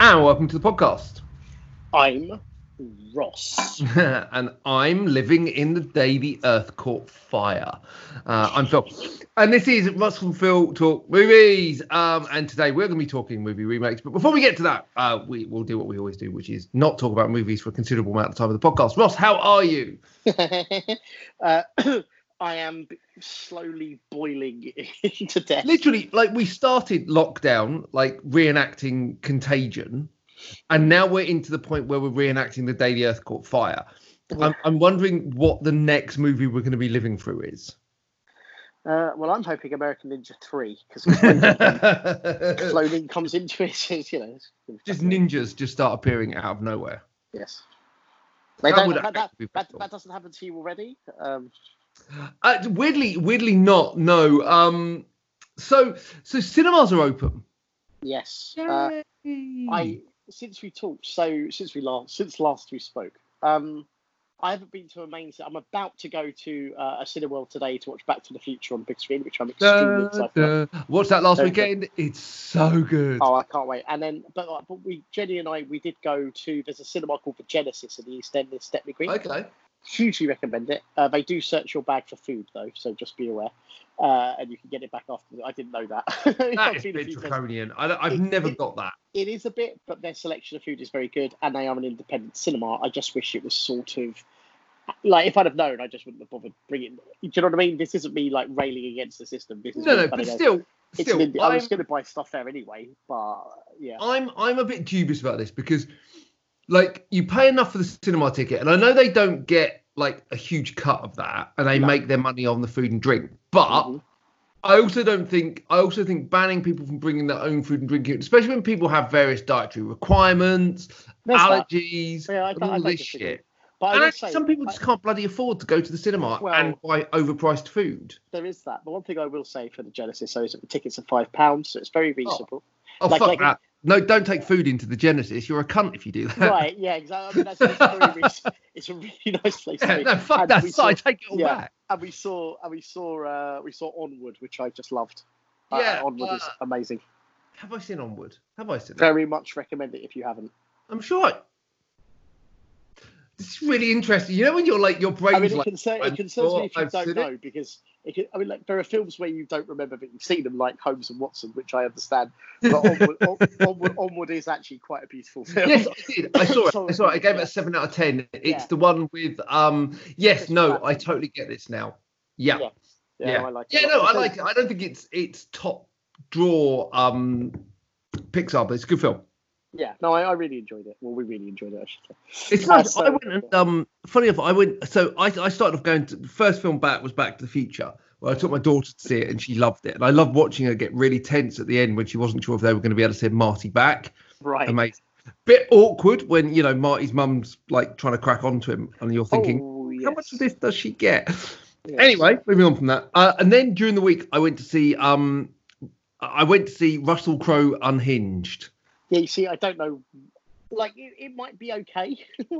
and welcome to the podcast. I'm Ross. and I'm living in the day the earth caught fire. Uh, I'm Phil, and this is Russell and Phil Talk Movies. Um, and today we're going to be talking movie remakes. But before we get to that, uh, we will do what we always do, which is not talk about movies for a considerable amount of time of the podcast. Ross, how are you? uh, I am b- slowly boiling to death. Literally, like we started lockdown, like reenacting Contagion, and now we're into the point where we're reenacting the day the earth caught fire. I'm, I'm wondering what the next movie we're going to be living through is. Uh, well, I'm hoping American Ninja 3, because cloning comes into it, it's, you know. it's- just ninjas just start appearing out of nowhere. Yes. They That don't- would that, that, actually be that- pretty that doesn't happen to you already. Um, Uh, weirdly, weirdly not. No. Um. So so cinemas are open. yes. Uh, I since we talked, so since we last since last we spoke, um, I haven't been to a main. ci- I'm about to go to uh, a Cineworld today to watch Back to the Future on the big screen, which I'm extremely Da, excited about. da. Watch that last Don't- weekend. It's so good. Oh, I can't wait! And then, but uh, but we Jenny and I we did go to. There's a cinema called the Genesis in the East End in Stepney Green. okay. Hugely recommend it. Uh, they do search your bag for food though, so just be aware, uh, and you can get it back after. I didn't know that. That I've is a seen a bit few times. draconian. I, don't- I've It- never it- got that. it is a bit, but their selection of food is very good, and they are an independent cinema. I just wish it was sort of like if I'd have known, I just wouldn't have bothered bringing. Do you know what I mean? This isn't me like railing against the system. This is No, me no, kind but of going, still, it's still, an ind- I I'm, was going to buy stuff there anyway, but yeah, I'm, I'm a bit dubious about this because, like, you pay enough for the cinema ticket, and I know they don't get like a huge cut of that, and they No. make their money on the food and drink, but. Mhm. I also don't think. I also think banning people from bringing their own food and drink, in, especially when people have various dietary requirements, There's that. allergies, Yeah, I and don't- I all don't this disagree. shit. But I And will actually, say, some people just can't bloody afford to go to the cinema Well- and buy overpriced food. there is that. The one thing I will say for the Genesis, so is that the tickets are five pounds, so it's very reasonable. Oh Like- fuck like- that! No, don't take food into the Genesis. You're a cunt if you do that. right? Yeah, exactly. I mean, that's, that's very reasonable. It's a really nice place to Yeah, be. no, fuck And that we site. saw- Take it all yeah. back. and we saw and we saw uh, we saw Onward, which I just loved. Uh, Yeah, Onward is uh, amazing. Have I seen Onward? Have I seen? it? Very much recommend it if you haven't. I'm sure. I... This is really interesting. You know when you're like your brain's I mean, it, like. concern, I'm it concerns sure me if you I've don't seen know because it can, I mean, like there are films where you don't remember that you've seen them, like Holmes and Watson, which I understand. But Onward, On- Onward, Onward is actually quite a beautiful film. yes, I did. I saw it. I Sorry. saw it. I gave it Yeah. a seven out of ten. It's Yeah. the one with um. Yes, Chris no, Pratt. I totally get this now. Yeah, yeah. Yeah. Yeah, I like it. no, I like it. I don't think it's it's top draw um Pixar, but it's a good film. Yeah, no, I, I really enjoyed it. Well, we really enjoyed it. I should say. It's Uh, nice. I so- went and um. Funny enough, I went. So I I started off going to the first film back was Back to the Future. Where I took my daughter to see it and she loved it. And I loved watching her get really tense at the end when she wasn't sure if they were going to be able to send Marty back. Right. Amazing. Bit awkward when you know Marty's mum's like trying to crack onto him, and you're thinking, oh, how yes, much of this does she get? yes. Anyway, moving on from that. Uh, and then during the week, I went to see um, I went to see Russell Crowe Unhinged. Yeah, you see, I don't know. Like, it, it might be okay,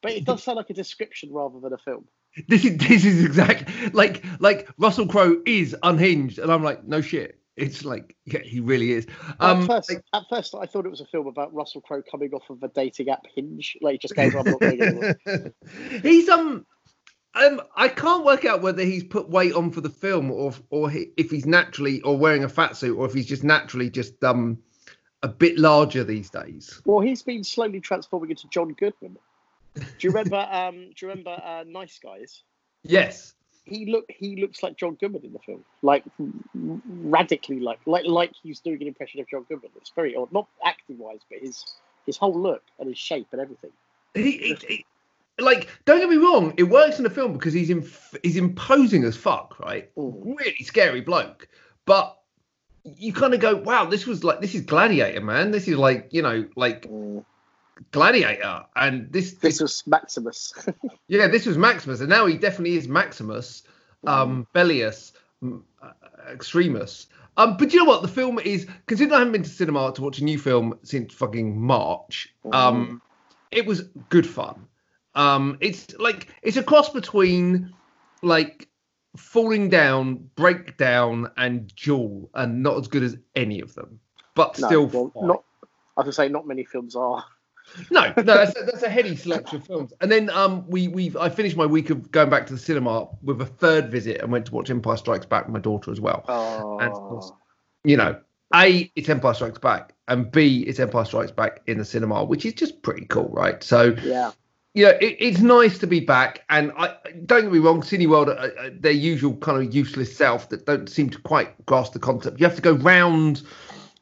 but it does sound like a description rather than a film. This is this is exactly like like Russell Crowe is unhinged, and I'm like, no shit. It's like yeah, he really is. Um, at first, like- at first, I thought it was a film about Russell Crowe coming off of a dating app Hinge. Like, he just goes, "I'm not doing it anymore." he's um. Um, I can't work out whether he's put weight on for the film, or or he, if he's naturally or wearing a fat suit, or if he's just naturally just um a bit larger these days. Well, he's been slowly transforming into John Goodman. Do you remember? um, do you remember uh, Nice Guys? Yes. He look he looks like John Goodman in the film, like r- radically like like like he's doing an impression of John Goodman. It's very odd, not acting wise, but his his whole look and his shape and everything. He, it- it- like, don't get me wrong, it works in the film because he's in, he's imposing as fuck, right? Really scary bloke. But you kind of go, wow, this was like this is Gladiator, man. This is like you know, like Mm. Gladiator, and this, This was Maximus. yeah, this was Maximus, and now he definitely is Maximus, um, Mm. Bellius, m- uh, Extremus. Um, but you know what? The film is considering I haven't been to cinema to watch a new film since fucking March. Mm-hmm. Um, it was good fun. Um, it's like it's a cross between like falling down, breakdown, and Jewel, and not as good as any of them, but No, still well, fine. not. I can say not many films are. No, no, that's, that's a heady selection of films. And then um, we we I finished my week of going back to the cinema with a third visit and went to watch Empire Strikes Back with my daughter as well. Oh, And of course, you know, A, it's Empire Strikes Back, and B, it's Empire Strikes Back in the cinema, which is just pretty cool, right? So, yeah. you know, it, it's nice to be back. And I don't get me wrong, Cineworld, uh, uh, their usual kind of useless self that don't seem to quite grasp the concept. You have to go round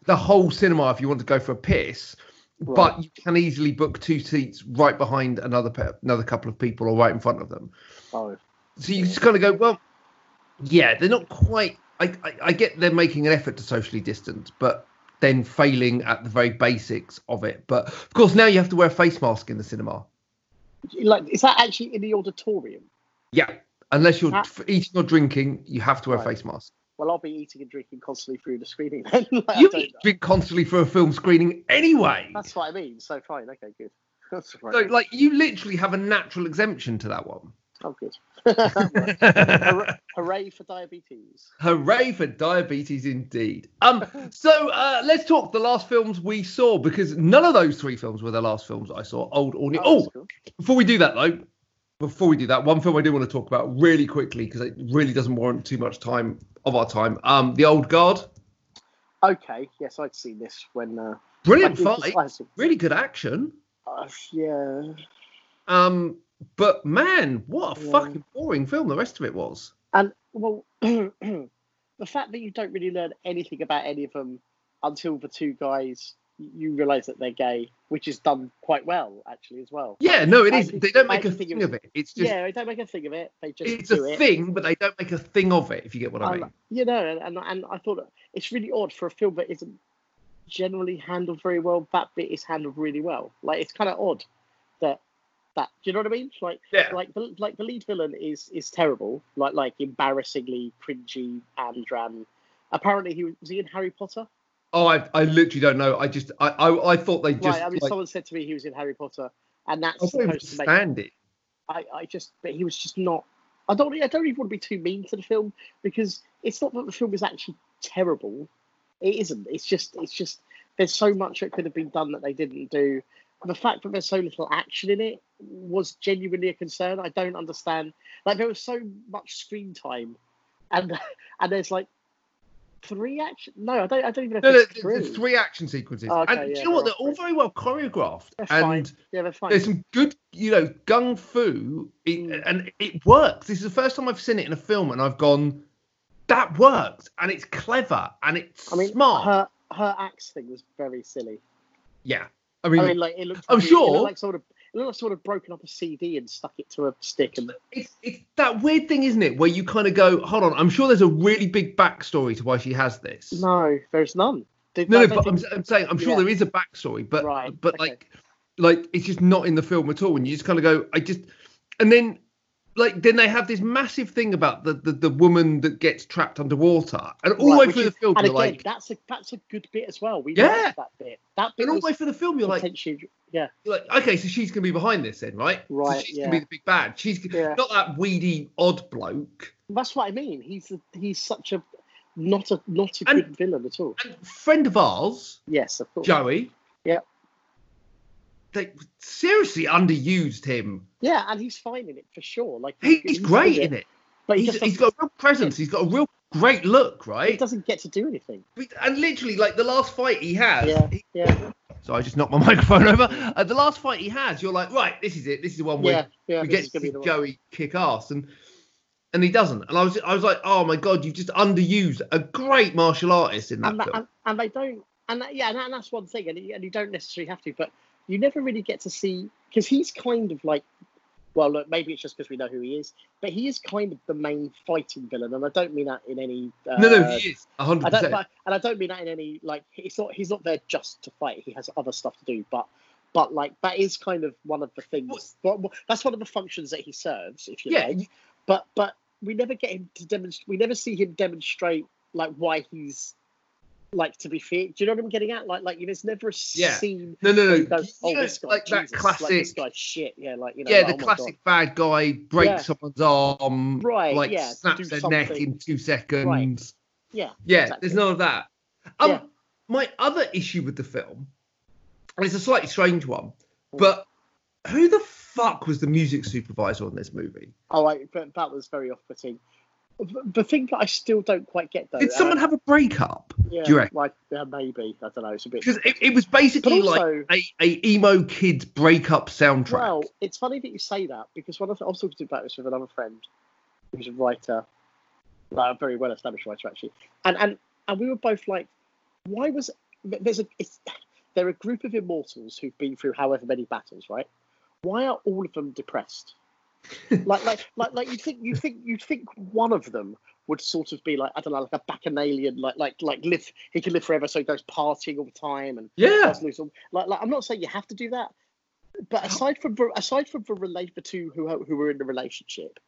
the whole cinema if you want to go for a piss. But you can easily book two seats right behind another pe- another couple of people or right in front of them. Oh, So you just kind of go, well, yeah, they're not quite. I, I, I get they're making an effort to socially distance, but then failing at the very basics of it. But of course, now you have to wear a face mask in the cinema. like is that actually in the auditorium? Yeah, unless you're Ah. f eating or drinking, you have to wear a Right. face mask. Well, I'll be eating and drinking constantly through the screening. Then. Like, I You don't eat, know. drink constantly for a film screening anyway. That's what I mean. So fine. Okay, good. That's all So, right. like, you literally have a natural exemption to that one. Oh, good. Hooray for diabetes. Hooray for diabetes indeed. Um, so uh, let's talk the last films we saw because none of those three films were the last films I saw, old or new. Oh, Oh, that's cool. before we do that though, before we do that, one film I do want to talk about really quickly because it really doesn't warrant too much time of our time. Um, The Old Guard, Okay. Yes, I'd seen this when. Uh, brilliant I fight, did- I saw- really good action. uh, yeah. Um, but man, what a Yeah. fucking boring film the rest of it was. And well, the fact that you don't really learn anything about any of them until the two guys you realise that they're gay, which is done quite well actually as well. Yeah, no, it is. I- They don't make I a think thing it was- of it. It's just yeah, they don't make a thing of it. They just it's do a it. thing, but they don't make a thing of it. If you get what I And, mean. you know, and, and and I thought it's really odd for a film that isn't generally handled very well. That bit is handled really well. Like it's kind of odd that that. Do you know what I mean? Like Yeah. like the like the lead villain is is terrible. Like like embarrassingly cringy and um, apparently he was, was he in Harry Potter. Oh, I, I literally don't know. I just I I, I thought they just right. I mean, like, someone said to me he was in Harry Potter, and that's I don't supposed to make. understand it. I I just but he was just not. I don't I don't even want to be too mean to the film because it's not that the film is actually terrible. It isn't. It's just it's just there's so much that could have been done that they didn't do. And the fact that there's so little action in it was genuinely a concern. I don't understand. Like there was so much screen time, and and there's like three action. No, I don't. I don't even No, know. If no, it's there's three. there's three action sequences, Oh, okay, and do yeah, you know what? they're They're all all three. very well choreographed, They're fine. and Yeah, they're fine. there's some good, you know, gung fu, it, Mm. and it works. This is the first time I've seen it in a film, and I've gone, that works, and it's clever, and it's I mean, smart. her her axe thing was very silly. yeah, I mean, I mean, like it looked. I'm like Oh, It sure. looked like sort of, it looked like sort of broken up a CD and stuck it to a stick. And it's it's that weird thing, isn't it, where you kind of go, hold on, I'm sure there's a really big backstory to why she has this. no, there's none. Did- No, I no, don't but I'm, think- I'm saying I'm sure Yeah. there is a backstory, but Right, but okay. like like it's just not in the film at all, and you just kind of go, I just, and then like then they have this massive thing about the the, the woman that gets trapped underwater, and all right, the way which through is- the film, and you're again, like, that's a that's a good bit as well. We Yeah. liked that bit. That bit and all was the way through the film, you're like, potentially, yeah, you're like, okay, so she's gonna be behind this then, right? So Right, she's gonna be yeah. the big bad. She's g- Yeah. not that weedy odd bloke. that's what I mean. He's a, he's such a not a not a And- good villain at all. And friend of ours, Yes, of course. Joey. Yeah. They seriously underused him. Yeah, and he's fine in it for sure. Like He, he's great in it. but he he's, just he's doesn't, got a real presence. He's got a real great look, he right? doesn't get to do anything. And literally, like the last fight he has. Yeah, he- yeah, so I just knocked my microphone over. Uh, the last fight he has, you're like, right, this is it. This is the one where yeah, yeah. we this get is to gonna be see the one. Joey kick ass, and and he doesn't. And I was I was like, oh my god, you've just underused a great martial artist in that and, film. that, and, and they don't and that, yeah and, that- and that's one thing and you, and you don't necessarily have to but you never really get to see because he's kind of like well look maybe it's just because we know who he is but he is kind of the main fighting villain and i don't mean that in any uh, no, no, he is I 100. don't, percent but- and I don't mean that in any like it's not he's not there just to fight. He has other stuff to do, but but like that is kind of one of the things. What, what- that's one of the functions that he serves, if you Yeah, like. But but we never get him to demonstrate. We never see him demonstrate like why he's like to be feared. Do you know what I'm getting at? Like like there's never a Yeah. scene. No, no, where no. he goes, oh, You know, this guy, like Jesus, that like, this classic. guy, shit, yeah, like you know, yeah, like, the oh my God. classic bad guy breaks Yeah. someone's arm, Right, like yeah, snaps do their something. neck in two seconds. Yeah, Yeah, exactly. there's none of that. Um, Yeah. my other issue with the film and it's a slightly strange one, Mm. but who the fuck was the music supervisor on this movie? Oh, I, but that was very off-putting. The- The thing that I still don't quite get though. Did someone uh, have a breakup? Yeah, do you reckon? like, yeah, maybe I don't know. It's a bit. Because it, it was basically But also- like a, a emo kid's breakup soundtrack. Well, it's funny that you say that because one of the, I was talking about this with another friend who's a writer, like a very well established writer actually, and and and we were both like, why was there's a it's, they're a group of immortals who've been through however many battles, right? Why are all of them depressed? like like like like you think you think you think one of them would sort of be like I don't know like a bacchanalian like like like live he can live forever so he goes partying all the time and yeah. does lose some- Like, like I'm not saying you have to do that, but aside from the- aside from the relate the two who are- who were in the relationship,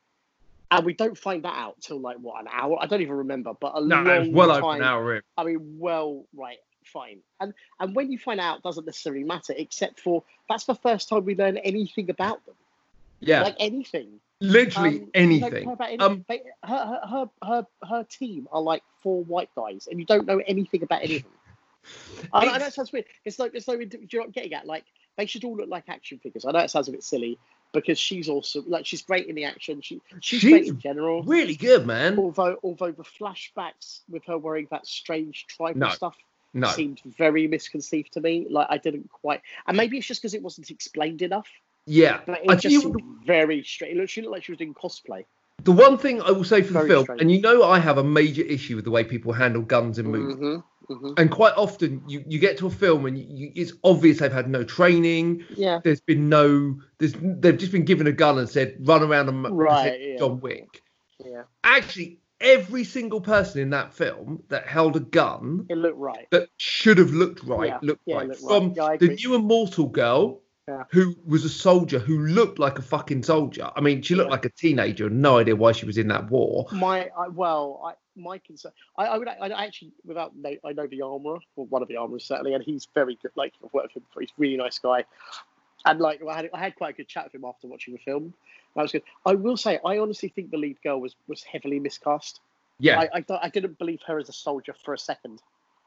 and we don't find that out till like what an hour. I don't even remember, but a No, it was long well time. over an hour in. I mean, well, right, fine, and and when you find out, it doesn't necessarily matter, except for that's the first time we learn anything about them, Yeah, like anything, literally Um, you don't anything. care about anything. Um, They- her, her her her her team are like four white guys, and you don't know anything about any of them. I, I know it sounds weird. It's like it's like do you know what I'm getting at? Like they should all look like action figures. I know it sounds a bit silly because she's awesome. Like she's great in the action. She she's, great She's in general. really good, man. Although although the flashbacks with her wearing that strange tribal No, stuff No, seemed very misconceived to me. Like I didn't quite, and maybe it's just because it wasn't explained enough. yeah. I But it think just you- seemed very straight. It looked, she looked like she was doing cosplay. The one thing I will say for the Very film, strange. and you know I have a major issue with the way people handle guns in movies. Mm-hmm, mm-hmm. And quite often you, you get to a film and you, it's obvious they've had no training. Yeah. There's been no, there's, they've just been given a gun and said, run around and pretend Right, you're yeah. John Wick. Yeah. Actually, every single person in that film that held a gun It looked right. that should have looked right Yeah, looked yeah, right. looked right. From Yeah, I the agree. new immortal girl Yeah. who was a soldier who looked like a fucking soldier. I mean, she looked Yeah. like a teenager, no idea why she was in that war. My I, well, I, my concern. I, I would. I, I actually, without know, I know the armorer, or one of the armorers certainly, and he's very good. Like I've worked with him before. He's a really nice guy, and like I had, I had quite a good chat with him after watching the film. That was good. I will say, I honestly think the lead girl was was heavily miscast. Yeah. I I, don't- I didn't believe her as a soldier for a second.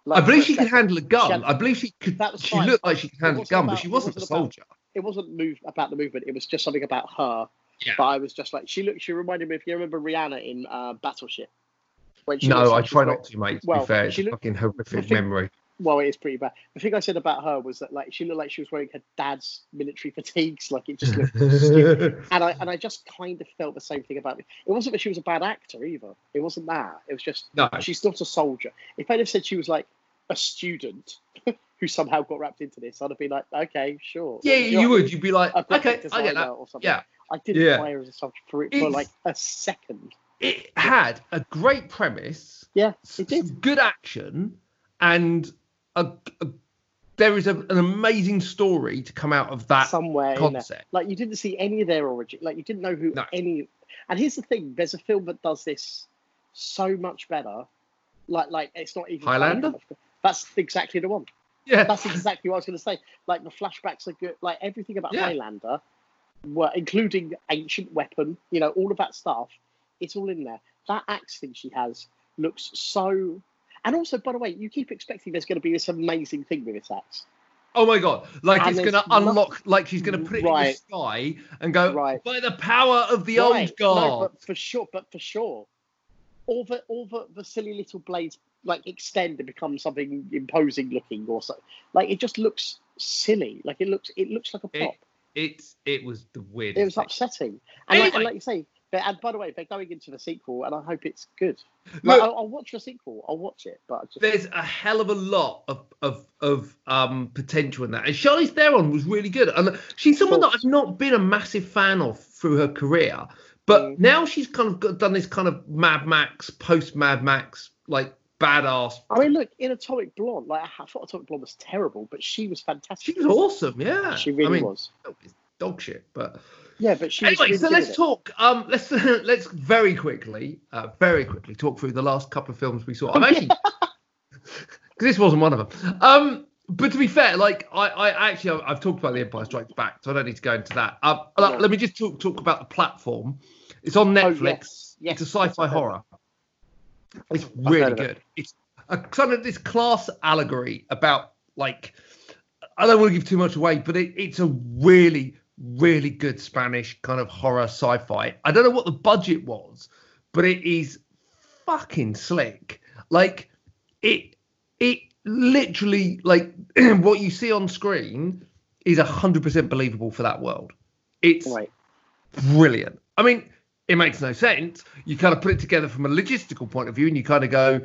I Like, believe for a she could second. handle a gun. had- I believe she could. That was She fine. looked like she could handle a wasn't gun, about- but she it wasn't, wasn't a about- soldier. It wasn't move about the movement. It was just something about her. Yeah. But I was just like, she looked. She reminded me. If you remember Rihanna in uh, Battleship. When looks no, I like she's try wearing- not to, mate. To be well, fair, it's she a looked- fucking I horrific think- memory. well, it is pretty bad. The thing I said about her was that like she looked like she was wearing her dad's military fatigues. Like it just looked stupid. And I and I just kind of felt the same thing about it. It wasn't that she was a bad actor either. It wasn't that. It was just no, she's not a soldier. If they'd have said she was like a student who somehow got wrapped into this, I'd have been like, okay, sure. yeah, You're you would. You'd be like, A graphic okay, I designer get that. or something. Yeah, I didn't Yeah. play her as a soldier for, for It's- like a second. it had a great premise. Yeah, s- it did. some good action, and a, a, there is a, an amazing story to come out of that somewhere in there. concept. Like you didn't see any of their origin. Like you didn't know who No. any. And here's the thing: there's a film that does this so much better. Like, like it's not even Highlander? That's exactly the one. Yeah, That's exactly what I was going to say. Like the flashbacks are good. Like everything about Yeah. Highlander, were including ancient weapon. You know, all of that stuff. It's all in there. That axe thing she has looks so. And also, by the way, you keep expecting there's going to be this amazing thing with this axe. Oh my god! Like And it's there's gonna nothing- unlock, like she's gonna put it Right. in the sky and go Right. by the power of the Right, old god. No, but for sure, but for sure, all the all the, the silly little blades like extend and become something imposing looking or so. Like it just looks silly. Like it looks it looks like a It- prop. It it was the weirdest. It, was thing. upsetting. And, like, Anyway. and like you say, but, and by the way, they're going into the sequel, and I hope it's good. Like, Look- I'll, I'll watch the sequel. I'll watch it, but I just, There's a hell of a lot of of of um potential in that. And Charlize Theron was really good, and she's someone that I've not been a massive fan of through her career, but Mm. now she's kind of got, done this kind of Mad Max post Mad Max like badass. I mean, look in Atomic Blonde. Like I thought Atomic Blonde was terrible, but she was she fantastic. was awesome. Yeah, She really I mean, was. It's dog shit, but. Yeah, but she. anyway, was so really good let's at it. talk. Um, let's let's very quickly, uh, very quickly talk through the last couple of films we Oh, saw. I'm actually because this wasn't one of them. Um, but to be fair, like I, I actually I've, I've talked about the Empire Strikes Back, so I don't need to go into that. Um, let- No. Oh, let me just talk talk about the platform. It's on Netflix. yes, yes, it's a sci-fi I've heard of horror. It's I've heard really of it. good. It's a kind of this class allegory about like I don't want to give too much away, but it, it's a really, really good Spanish kind of horror sci-fi. I don't know what the budget was, but it is fucking slick. Like it, it literally like what you see on screen is hundred percent believable for that world. It's Right. brilliant. I mean, it makes no sense. You kind of put it together from a logistical point of view, and you kind of go,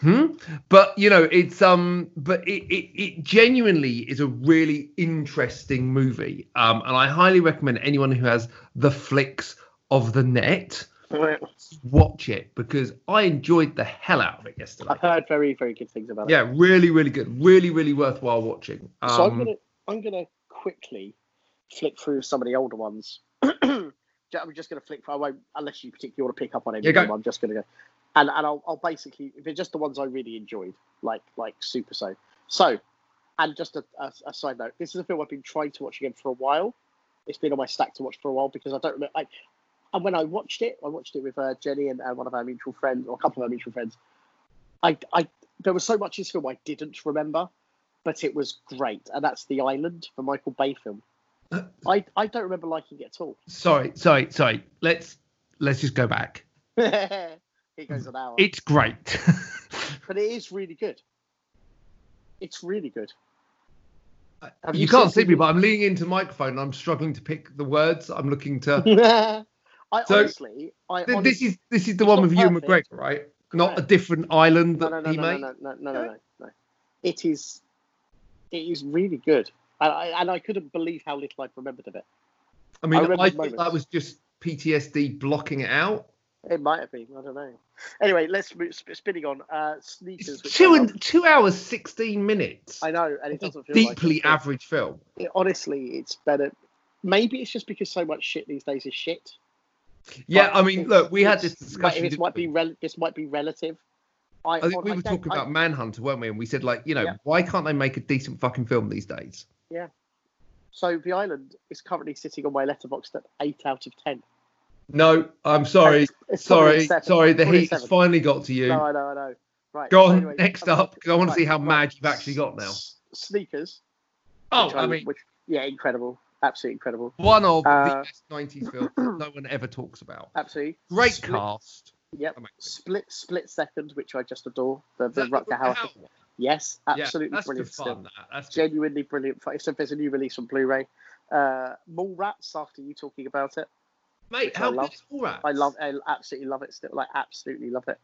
hmm. But you know, it's um, but it it, it genuinely is a really interesting movie, um, and I highly recommend anyone who has the flicks of the net Right. watch it because I enjoyed the hell out of it yesterday. I've heard very, very good things about it. Yeah, really, really good. Really, really worthwhile watching. Um, So I'm gonna I'm gonna quickly flick through some of the older ones. Ju- I'm just gonna flick. I won't unless you particularly want to pick up on any Yeah, of go. them. I'm just gonna go, and and I'll, I'll basically they're just the ones I really enjoyed, like like Super So. So, and just a, a, a side note, this is a film I've been trying to watch again for a while. It's been on my stack to watch for a while because I don't remember. I, and when I watched it, I watched it with uh, Jenny and, and one of our mutual friends, or a couple of our mutual friends. I, I there was so much in this film I didn't remember, but it was great, and that's The Island, the Michael Bay film. Uh, I, I don't remember liking it at all. sorry, sorry, sorry. Let's let's just go back. it goes an hour, It's great. but it is really good. It's really good. Have Uh, you, you can't seen see me, the- but I'm leaning into the microphone. And I'm struggling to pick the words. I'm looking to. I So- honestly, I Th- this honestly- is this is the it's one not with Ewan perfect. McGregor, right? Not a Correct. different island no that no no he no, made. no no no no no no. It is, it is really good, and I and I couldn't believe how little I'd remembered of it. I mean, I, I remember thought moments. that was just PTSD blocking it out. It might have been, I don't know. Anyway, let's move sp- spinning on uh, sneakers. It's which two I love. and two hours sixteen minutes. I know, and it It's doesn't a feel deeply like it. average film. It- honestly, it's better. Maybe it's just because so much shit these days is shit. Yeah, but I mean, it's- look, we had this it's- discussion. This didn't might we? be rel- this might be relative. I, I think on- we I were don't- talking I- about Manhunter, weren't we? And we said, like, you know, Yeah. why can't they make a decent fucking film these days? so the island is currently sitting on my letterbox at eight out of ten. No, I'm sorry, It's- it's probably sorry, a seven. sorry. The Probably a heat has seven. finally got to you. No, I know, I know. Right. Go so on, anyway, next I'm- up, 'cause I wanna right, see how right. mad you've actually got now. S- Sneakers. oh, which I mean, which, yeah, incredible, absolutely incredible, one of uh, the best '90s films that no one ever talks about. absolutely Great Split- cast. Yep, Amazing. split split second, which I just adore. The Is that the Rutger Hauer? Hauer. Yes, Yeah, absolutely that's brilliant. good still. fun. That. That's good. Genuinely brilliant. If there's a new release on Blu-ray, uh, Mallrats. After you talking about it, Mate, which how I good love. is all that? I love, I absolutely love it. Still, like absolutely love it.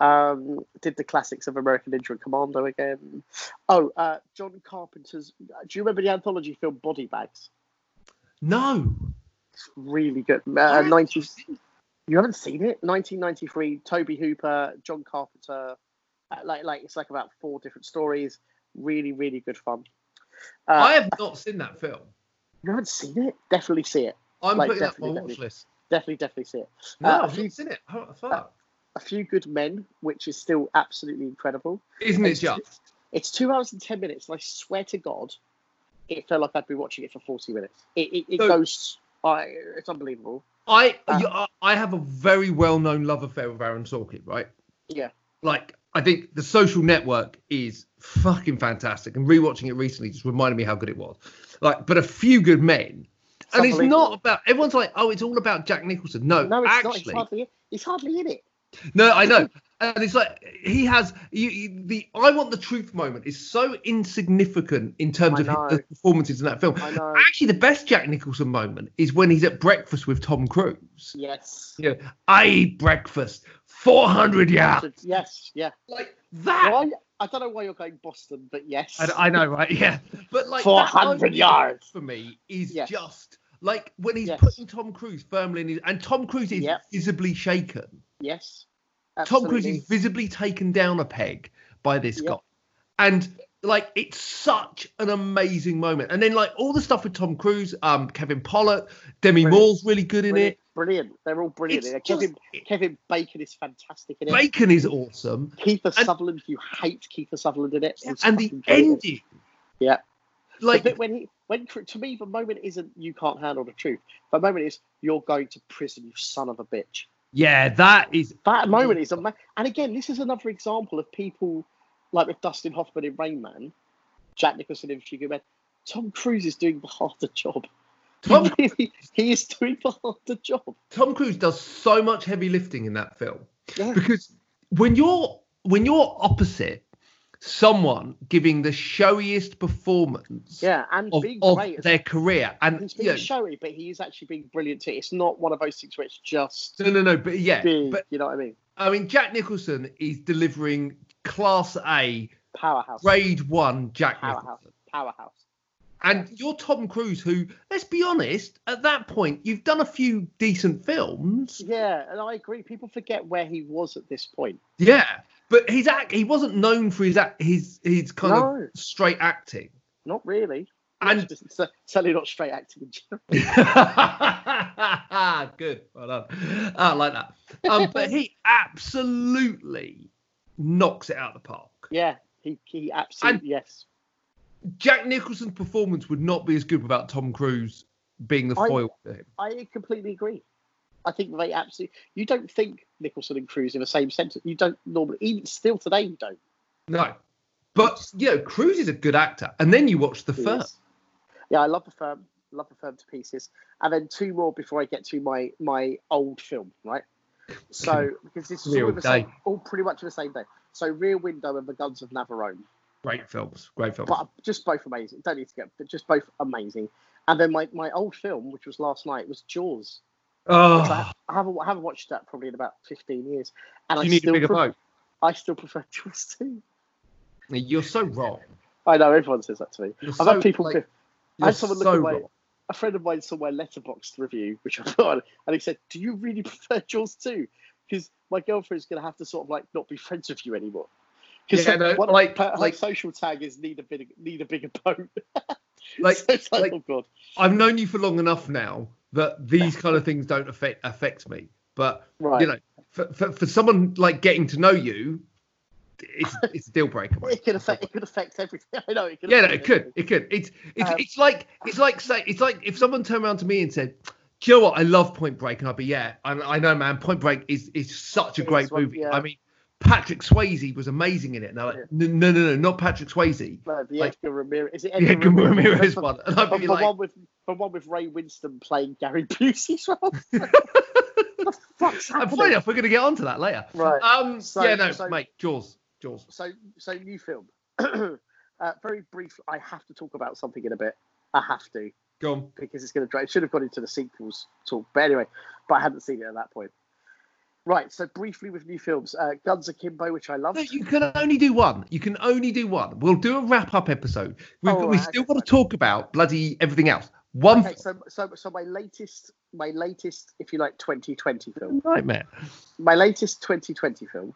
Um, did the classics of American Ninja and Commando again. Oh, uh, John Carpenter's. Do you remember the anthology film Body Bags? No. It's really good. I Uh, haven't 90s. seen- You haven't seen it? 1993, Toby Hooper, John Carpenter. uh, Like, like it's like about four different stories. Really, really good fun. Uh, I have not seen that film. You haven't seen it? Definitely see it. I'm like, putting that on my definitely, watch list. Definitely, definitely see it. No, uh, I've you- not seen it. How the fuck? A Few Good Men, which is still absolutely incredible. Isn't it it's just- just? It's two hours and 10 minutes, and I swear to God, it felt like I'd been watching it for 40 minutes. It, it, it So- goes, I, it's unbelievable. I Uh, you- I- I have a very well known love affair with Aaron Sorkin, right? Yeah. Like I think the social network is fucking fantastic, and rewatching it recently just reminded me how good it was. Like, but a few good men, and it's unbelievable. not about everyone's like, oh, it's all about Jack Nicholson. No, No, it's not. It's actually, hardly, it's hardly in it. no, I know. And it's like he has you, you- the I want the truth moment is so insignificant in terms I of his- know. the performances in that film. I know. Actually, the best Jack Nicholson moment is when he's at breakfast with Tom Cruise. Yes. Yeah, I eat breakfast 400 yards. Yes, yeah. Like Well, that. I, I don't know why you're going Boston, but yes. I, I know, right? Yeah. But like that 400 moment yards. for me is Yes. just like when he's Yes. putting Tom Cruise firmly in his, and Tom Cruise is Yep. visibly shaken. yes. Tom Cruise is visibly taken down a peg by this Yep. guy. And like it's such an amazing moment. And then like all the stuff with Tom Cruise, um, Kevin Pollak, Demi Brilliant. Moore's really good in brilliant. it. Brilliant. They're all brilliant. It's in it. just- Kevin, Kevin Bacon is fantastic in it. Bacon is awesome. Keeper And- Sutherland, you hate Keeper Sutherland in it. He's and the fucking brilliant. ending. Yeah. Like the bit when he, when cr- to me the moment isn't you can't handle the truth. The moment is you're going to prison, you son of a bitch. Yeah, that is. That moment is amazing. And again, this is another example of people like with Dustin Hoffman in Rain Man, Jack Nicholson in Few Good Men. Tom Cruise is doing the harder job. Tom, He really- he is doing the harder job. Tom Cruise does so much heavy lifting in that film. Yeah. because when you're when you're opposite someone giving the showiest performance Yeah, and of, being of great. their career and He's being yeah, showy, but he is actually being brilliant too. It's not one of those things where it's just no no no but yeah big. but you know what I mean? i mean jack nicholson is delivering class a Powerhouse. grade one jack Powerhouse. nicholson Powerhouse. and you're tom cruise who let's be honest at that point you've done a few decent films Yeah, and I agree. People forget where he was at this point. yeah but his act he wasn't known for his act his his kind No. of straight acting Not really. and It's certainly not straight acting in general. Good. Well done. Ah, I like that. Um, but he absolutely knocks it out of the park. Yeah, he, he absolutely, yes. Jack Nicholson's performance would not be as good without Tom Cruise being the I- foil to him. I completely agree. I think they absolutely, you don't think Nicholson and Cruise in the same sentence. You don't normally, even still today, you don't. No. But, you know, Cruise is a good actor. And then you watch The He Firm. is. Yeah, I love the firm. Love the firm to pieces. And then two more before I get to my my old film, right? So because this is all, Real in the same, day. all pretty much in the same day. So Rear Window and The Guns of Navarone, Great films. Great films. but just both amazing. Don't need to get, but just both amazing. And then my, my old film, which was last night, was Jaws. So I, oh, I haven't I haven't watched that probably in about fifteen years, and you I need a still bigger pre- boat. I still prefer Jaws too. You're so wrong. I know everyone says that to me. You're I've so, had people. like, go- I You're had someone look so at my- wrong. a friend of mine saw my letterboxed review, which I put on, and he said, Do you really prefer Jaws 2? Because my girlfriend's going to have to sort of like not be friends with you anymore. Because Yeah, like, no, one- like- her, her like- social tag is need a big, need a bigger boat. Like, so it's like, like- oh god, I've known you for long enough now that these kind of things don't affect affect me. But right? you know, for, for, for someone like getting to know you, it's it's a deal breaker. mate. it could affect, it could affect everything. I know it could. Yeah, no, affect it could, everything. it could. It's it's Um, it's like it's like say it's like if someone turned around to me and said, "Do you know what? I love Point Break," and I'd be, "Yeah, I, I know, man. Point Break is is such a It's great one- movie. yeah. I mean, Patrick Swayze was amazing in it." And I'm like, "N- "No, no, no, not Patrick Swayze." No, the like- Edgar Ramirez. Is it Yeah, Edgar Edgar Ramirez The- one. And I'd the- be the like, one with the one with Ray Winston playing Gary Busey's role. what the fuck's "I'm happening? funny enough, we're gonna get onto that later." Right. Um, So- yeah, no, so- mate, Jaws, Jaws. so so new film. uh, very brief. I have to talk about something in a bit. I have to Go on. because it's going to. It should have gone into the sequels talk, but anyway. But I hadn't seen it at that point. Right. So briefly with new films, uh, Guns Akimbo, which I love. No, you can only do one. You can only do one. We'll do a wrap up episode. We've, Oh, we right, still okay, got to fine. talk about bloody everything else. One Okay, so so so my latest, my latest, if you like, 2020 film. fucking nightmare. My latest 2020 film.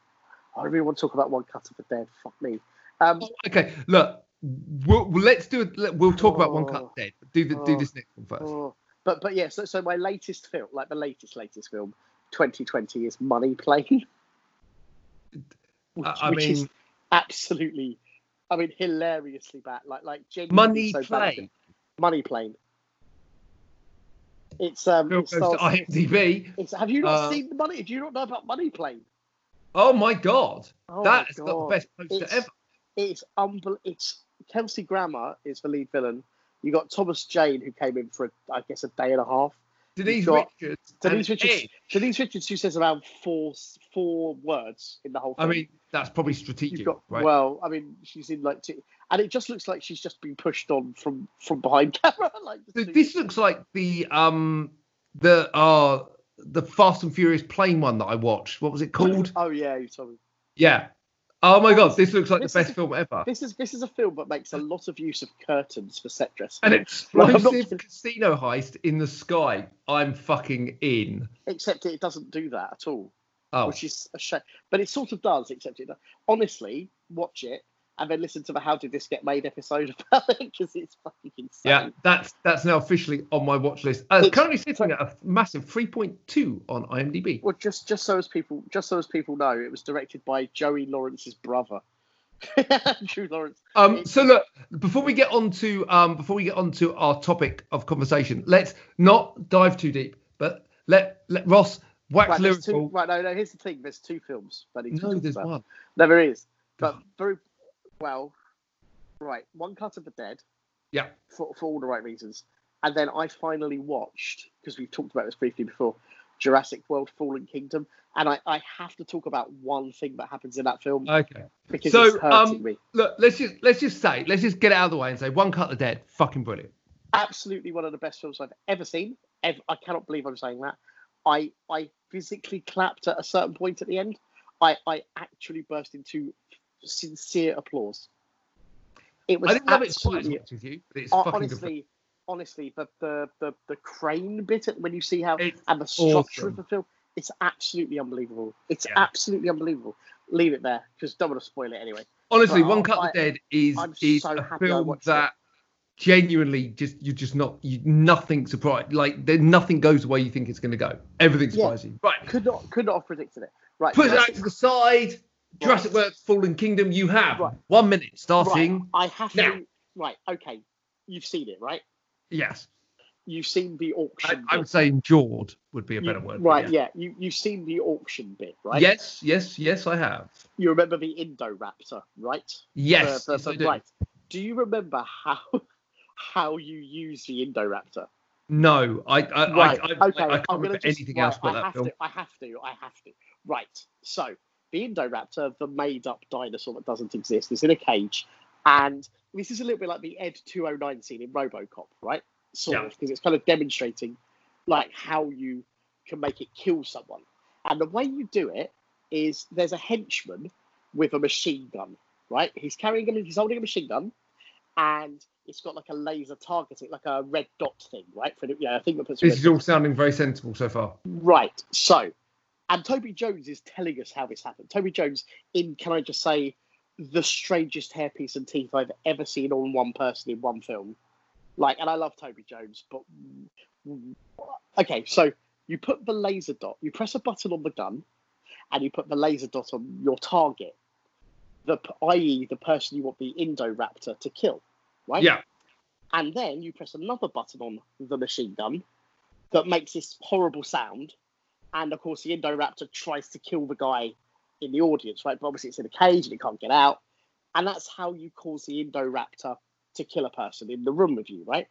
I really want to talk about One Cut of the Dead. Fuck me. Um, Okay, look, we'll, we'll- let's do it. let- We'll talk about one Oh. cut dead. Do the, do Oh. this next one first. oh, but but yeah. So so my latest film, like the latest latest film, 2020 is Money Plane. I, I which mean, is absolutely, I mean, hilariously bad. Like, like money genuinely so bad. play. Money plane. It's um. Bill goes It to starts, IMDb. it's, have you not Uh, seen the money? Do you not know about money plane? Oh my god, Oh my that has got God. the best poster It's- ever. It's unbel- It's Kelsey Grammer is the lead villain. You got Thomas Jane who came in for I guess a day and a half. Denise got- Richards. and Denise Richards. Ed. Denise Richards who says around four four words in the whole. I Thing. mean, that's probably strategic, you've got right? well i mean she's in like two, and it just looks like she's just been pushed on from from behind camera like So two- this looks like the um the uh the Fast and Furious plane one that I watched. What was it called? oh yeah you told me Yeah. Oh my god, this looks like This the is- best film ever. this is this is a film that makes a lot of use of curtains for set dressing An Well, I'm not explosive kidding. casino heist in the sky. I'm fucking in. except it doesn't do that at all Oh, which is a shame but it sort of does except it does. honestly watch it and then listen to the how did this get made episode about it because it's fucking insane yeah, that's that's now officially on my watch list. Uh, it's It's- currently sitting at a massive 3.2 on IMDb. well just just so as people just so as people know it was directed by joey lawrence's brother Andrew Lawrence. Um, It's- so look, before we get on to um, before we get on to our topic of conversation, let's not dive too deep, but let let Ross wax Right, there's two, lyrical. right, no, no. Here's the thing. There's two films. That he's no, there's one. No, there is. But very well. right, One Cut of the Dead. Yeah. For, for all the right reasons. And then I finally watched, because we've talked about this briefly before, Jurassic World Fallen Kingdom. And I, I have to talk about one thing that happens in that film Okay. because Uh, So, it's hurting um, me. Look, let's just let's just say, let's just get it out of the way and say one cut the dead, fucking brilliant. Absolutely one of the best films I've ever seen. Ever. I cannot believe I'm saying that. I I physically clapped at a certain point at the end. I, I actually burst into sincere applause. It was I didn't love it quite as absolutely much as you, but it's Hon- fucking good. honestly, honestly, the, the the the crane bit at- when you see how It's and the structure awesome. of the film, it's absolutely unbelievable. It's Yeah. absolutely unbelievable. Leave it there because don't want to spoil it anyway. Honestly, Well, one cut I- the dead is I'm is so a happy I film watched that genuinely just you're just not you nothing surprised like there nothing goes the way you think it's going to go. Everything Yeah. surprises you. Right, Could not could not have predicted it. Right, put that Jurassic- to the side. Jurassic World Fallen Kingdom. You have Right. one minute starting. right, I have now. to. Right, okay, you've seen it, right? Yes, You've seen the I, auction. I bit. would say endured would be a You- better word. but Right, yeah. yeah. You you've seen the auction bit, right? Yes, yes, yes, I have. You remember the Indoraptor, right? Yes, the- yes, the- I do. right. Do you remember how how you use the Indoraptor? No, I, I, Right. I, I, okay. I can't I'm remember gonna just, anything right, else about I that have film. To, I have to. I have to. Right. So the Indoraptor, the made-up dinosaur that doesn't exist, is in a cage, and this is a little bit like the Ed 209 scene in RoboCop, right? Sort Yeah. of, because it's kind of demonstrating like how you can make it kill someone, and the way you do it is there's a henchman with a machine gun, right? He's carrying him. He's holding a machine gun, and it's got like a laser targeting, like a red dot thing, right? For the, yeah, I think that puts a red This is all sounding very sensible so far. Right. So, and Toby Jones is telling us how this happened. Toby Jones, in can I just say, the strangest hairpiece and teeth I've ever seen on one person in one film. Like, and I love Toby Jones, but okay. So you put the laser dot. You press a button on the gun, and you put the laser dot on your target, the p- i.e. the person you want the Indoraptor to kill, right? Yeah, and then you press another button on the machine gun that makes this horrible sound. And of course, the Indoraptor tries to kill the guy in the audience, right? But obviously, it's in a cage and it can't get out. And that's how you cause the Indoraptor to kill a person in the room with you, right?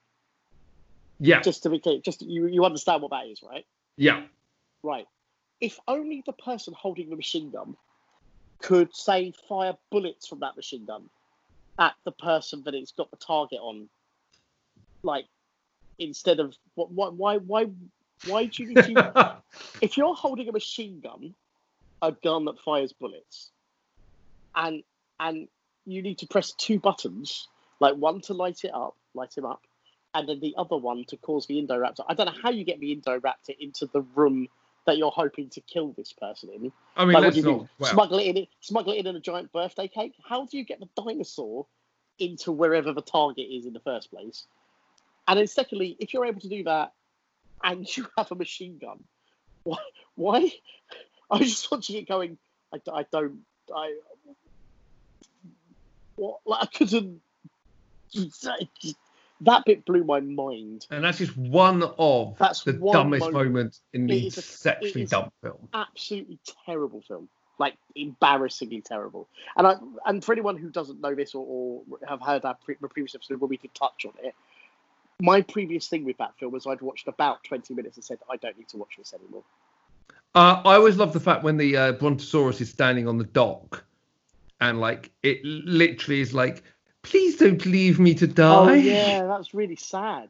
yeah, Just to be clear, just you, you understand what that is, right? yeah. Right. If only the person holding the machine gun could say fire bullets from that machine gun at the person that it's got the target on, like instead of what? Why? Why? Why? Why do you need to? if you're holding a machine gun, a gun that fires bullets, and and you need to press two buttons, like one to light it up, light him up, and then the other one to cause the Indoraptor. I don't know how you get the Indoraptor into the room that you're hoping to kill this person in. I mean, Like, what let's do you not. do? Well, Smuggle it in, smuggle it in in a giant birthday cake. How do you get the dinosaur into wherever the target is in the first place? And then, secondly, if you're able to do that, and you have a machine gun, why? Why? I was just watching it, going, I, d- I don't, I, what? Like, I couldn't. That bit blew my mind. and that's just one of That's the one dumbest moment. moments in It the is a- it sexually is- dumb film. absolutely terrible film, like embarrassingly terrible. And I and for anyone who doesn't know this or, or have heard our pre- my previous episode where we did touch on it, my previous thing with that film was I'd watched about twenty minutes and said I don't need to watch this anymore. Uh, I always love the fact when the uh, Brontosaurus is standing on the dock, and like it literally is like, please don't leave me to die. Oh yeah, that's really sad.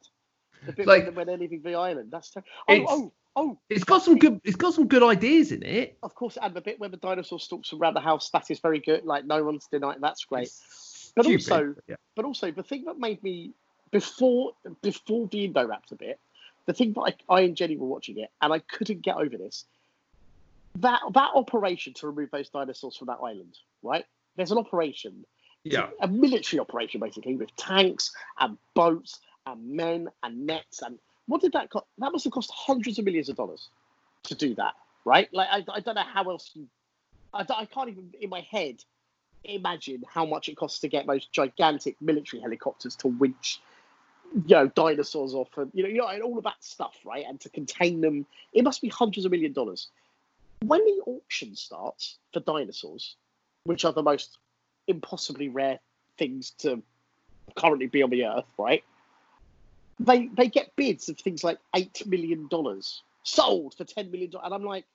The bit Like- when, when they're leaving the island. That's ter- oh It's- oh oh. It's got some good. It's got some good ideas in it. Of course, and the bit where the dinosaur stalks around the house, that is very good. Like, no one's denying that's great. It's But stupid, also- but yeah. but also the thing that made me before before the Indoraptor bit, the thing that I, I and Jenny were watching it, and I couldn't get over this. That that operation to remove those dinosaurs from that island, right? There's an operation, yeah, a military operation basically, with tanks and boats and men and nets and what did that cost? That must have cost hundreds of millions of dollars to do that, right? Like I, I don't know how else you, I, don't- I can't even in my head imagine how much it costs to get those gigantic military helicopters to winch, you know, dinosaurs off and you know, you know, and all of that stuff, right? And to contain them, it must be hundreds of million dollars. When the auction starts for dinosaurs, which are the most impossibly rare things to currently be on the earth, right? They they get bids of things like eight million dollars sold for ten million dollars, and I'm like,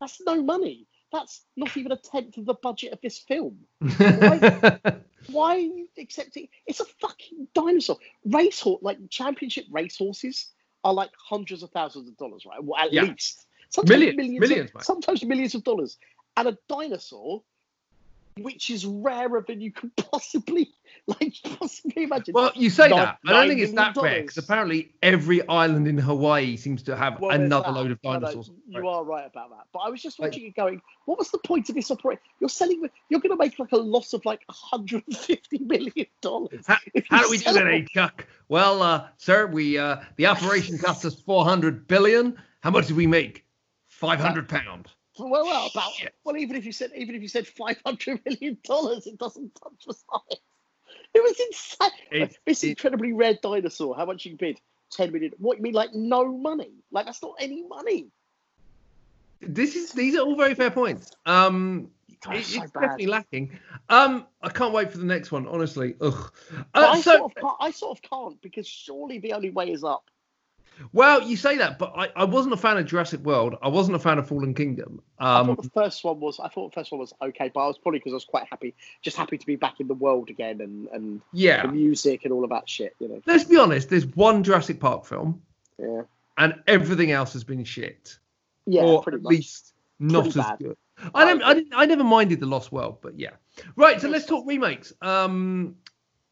that's no money. That's not even a tenth of the budget of this film. Why, why are you accepting? It's a fucking dinosaur racehorse. Like championship racehorses are like hundreds of thousands of dollars, right? Well, at Yeah. least sometimes Millions, millions, millions, of- mate. sometimes millions of dollars, and a dinosaur, which is rarer than you could possibly like possibly imagine. Well, you say Nine- that. I don't nine think it's that million fair because dollars. apparently every island in Hawaii seems to have Well, there's another that. load of I know, dinosaurs. You are right about that. But I was just Like- watching it going, what was the point of this operation? You're selling, you're going to make like a loss of like 150 million dollars. How- How do we do that, eh, Chuck? Well, uh, sir, we uh, the operation cost us four hundred billion. How much did we make? Five hundred pound. Well, well, about Shit. well, even if you said even if you said 500 million dollars, it doesn't touch the size. It was insane. It- this it- incredibly rare dinosaur. How much you bid? 10 million. What you mean, like no money? Like that's not any money. This is these are all very fair points. Um, Oh, it- so it's bad. definitely lacking. Um, I can't wait for the next one. Honestly, ugh. But Uh, I, so, sort of can't, I sort of can't because surely the only way is up. well, you say that, but I, I wasn't a fan of Jurassic World. I wasn't a fan of Fallen Kingdom. I Um, thought the first one was. I thought the first one was okay, but I was probably because I was quite happy, just happy to be back in the world again and and yeah. the music and all of that shit. You know. Let's be honest. There's one Jurassic Park film, Yeah. and everything else has been shit. Yeah. or pretty at much. least not Pretty as bad. good. I don't. I agree. didn't. I never minded the Lost World, but yeah. Right. So let's talk remakes. Um,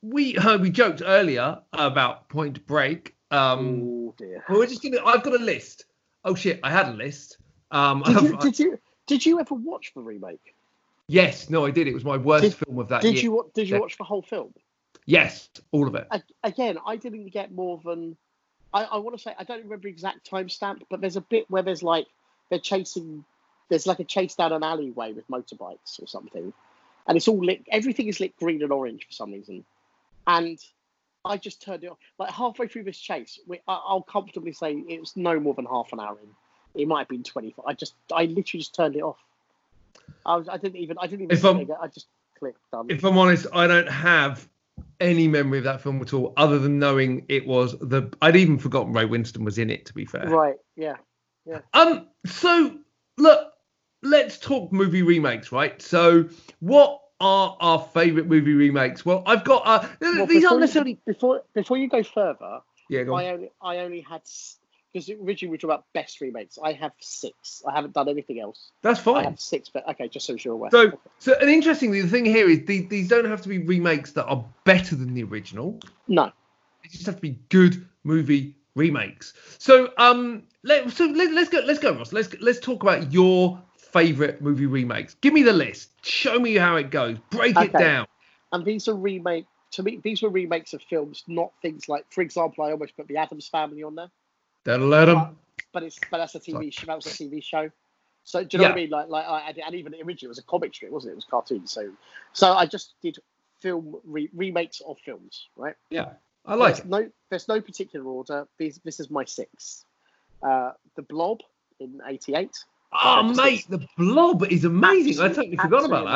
we uh, we joked earlier about Point Break. Um, oh dear. well, we're just gonna. I've got a list. Oh shit! I had a list. Um, Did you I- did you did you ever watch the remake? yes. No, I did. It was my worst Did- film of that Did year. you wa- did you Uh, Yeah. watch the whole film? Yes, all of it. A- Again, I didn't get more than. I, I want to say I don't remember the exact timestamp, but there's a bit where there's like they're chasing. There's like a chase down an alleyway with motorbikes or something, and it's all lit. Everything is lit green and orange for some reason, and I just turned it off. Like halfway through this chase, we, I, I'll comfortably say it was no more than half an hour in. It might have been twenty. I just, I literally just turned it off. I, was, I didn't even, I didn't even. If I'm- think, I just clicked done. If I'm honest, I don't have any memory of that film at all, other than knowing it was the. I'd even forgotten Ray Winston was in it. To be fair. right? Yeah. Um. So look, let's talk movie remakes, right? So what are our favorite movie remakes? Well, I've got uh, these Well, before aren't you- necessarily. before before you go further, Yeah, go on. I only I only had because originally we were talking about best remakes. I have six. I haven't done anything else. That's I fine. have six, but okay, just so you're aware. So, so and interestingly, the thing here is these, these don't have to be remakes that are better than the original. no, They just have to be good movie remakes. So, um, let so let, let's go let's go Ross. Let's let's talk about your favorite movie remakes. Give me the list. Show me how it goes. Break it Okay. down. and these are remake to me. These were remakes of films, not things like, for example, I almost put the Adams Family on there, Don't let 'em- but, but it's but that's a TV show. That was a TV show. So do you know what I mean? Like like I, and even originally it was a comic strip, wasn't it? It was a cartoon. So so I just did film re- remakes of films, right? Yeah, I like it. there's no there's no particular order. These, this is my six. Uh, the Blob in '88. Oh, Just mate, the blob is amazing. I totally Absolutely- forgot about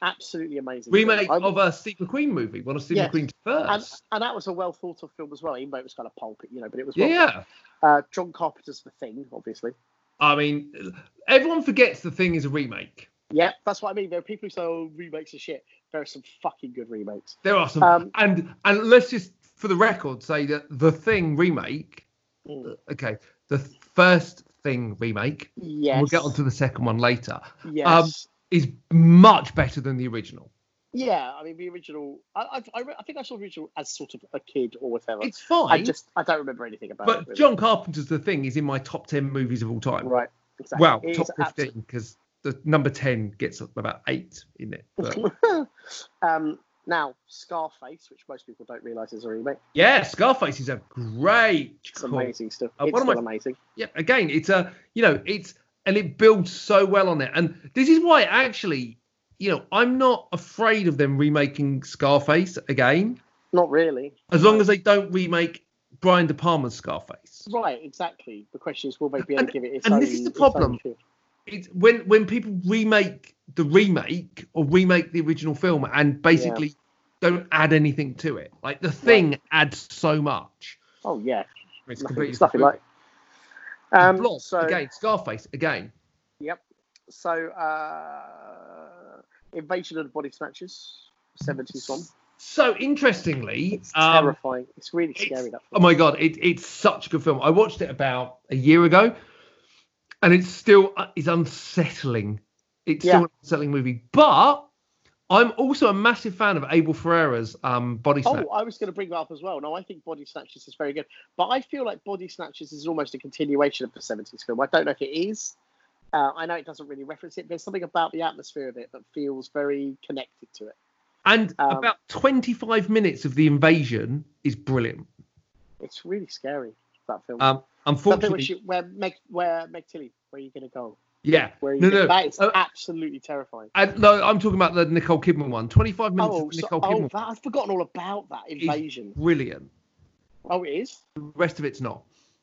absolutely that. amazing. Absolutely amazing. Remake I'm- of a Steve McQueen movie, one of Steve Yeah. McQueen's and, first. and that was a well thought of film as well, even though it was kind of pulpy, you know. But it was well, yeah. uh, John Carpenter's The Thing, obviously. I mean, everyone forgets the thing is a remake. Yeah, that's what I mean. There are people who say, "Oh, remakes are shit." There are some fucking good remakes. There are some, Um, and and let's just for the record say that the thing remake. Mm. Okay, the first thing remake. Yes. and We'll get onto the second one later. Yes. Um, Is much better than the original. yeah, I mean the original. I, I've- I, re- I think I saw the original as sort of a kid or whatever. It's I fine, just I don't remember anything about it. but really. John Carpenter's The Thing is in my top ten movies of all time. Right. Exactly. Well, It top is absolute- 15 because the number 10 gets about eight in it. But um, now, Scarface, which most people don't realise is a remake. yeah, Scarface is a great. It's call. amazing stuff. Uh, it's what am still I- amazing. Yeah, again, it's a you know it's and it builds so well on it, and this is why actually you know I'm not afraid of them remaking Scarface again Not really. as long as they don't remake Brian De Palma's Scarface. Right, exactly. The question is, will they be able And- to give it its and own? this is the its own problem. feel? It's when when people remake the remake or remake the original film and basically don't add anything to it. Like the thing adds so much. Oh yeah, It's nothing, completely it's nothing different. like. Um, The Blob, so again, Scarface again. yep. So uh, invasion of the body snatchers, seventies one. So interestingly, It's um, terrifying. It's really it's- scary. that Oh film. my god, it, it's such a good film. I watched it about a year ago, and it's still uh, it's unsettling. It's still Yeah. an unsettling movie, but I'm also a massive fan of Abel Ferreira's um, Body Snatch. Oh, I was going to bring that up as well. No, I think Body Snatchers is very good, but I feel like Body Snatchers is almost a continuation of the seventies film. I don't know if it is. Uh, I know it doesn't really reference it. but There's something about the atmosphere of it that feels very connected to it. and um, about 25 minutes of the invasion is brilliant. It's really scary that film. Um, That bit unfortunately, where, she, where Meg, where Meg Tilly, where are you going to go? yeah, Where are you no, gonna, no, that is Oh. absolutely terrifying. I, no, I'm talking about the Nicole Kidman one. 25 minutes Oh, of the so, Nicole oh Kidman, that, I've forgotten all about that Is- invasion. brilliant. Oh, it is. The rest of it's not.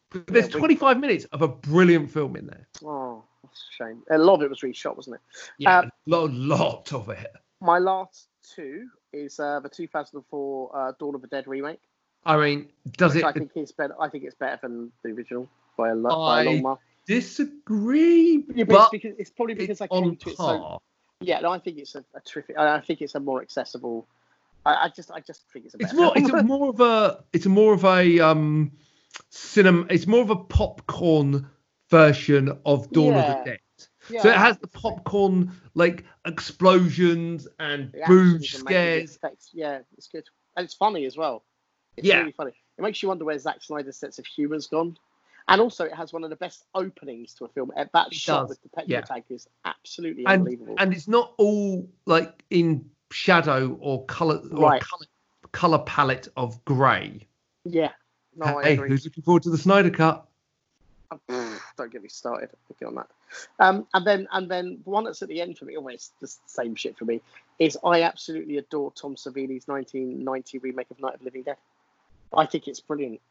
But there's Yeah, we- 25 minutes of a brilliant film in there. Oh, that's a shame. A lot of it was reshot, wasn't it? Yeah, Um, a lot, lot of it. My last two is uh, the 2004 uh, Dawn of the Dead remake. I mean, does which it I think is better. I think it's better than the original by a, lo- by I- a long mile. disagree? Yeah, but it's, but because, it's probably because it's I came on to it so. par. Yeah, no, I think it's a, a terrific. I I think it's a more accessible. I, I just, I just think it's a better. It's more. It's film. a more of a. It's a more of a um, cinema. It's more of a popcorn version of Dawn Yeah. of the Dead. Yeah, so it has the popcorn like explosions and the action's boom amazing, the scares. effects- Yeah, it's good and it's funny as well. It's Yeah. really funny. It makes you wonder where Zack Snyder's sense of humor's gone. And also, it has one of the best openings to a film. Eh, That It shot does, with the petrol yeah. tank is absolutely And unbelievable. and it's not all like in shadow or color or Right. color, color palette of grey. yeah, no, I hey, agree. who's looking forward to the Snyder cut? Oh, Don't get me started. I'll Get on that. Um, and then and then the one that's at the end for me, always the same shit for me, is I absolutely adore Tom Savini's 1990 remake of Night of the Living Dead. I think it's brilliant.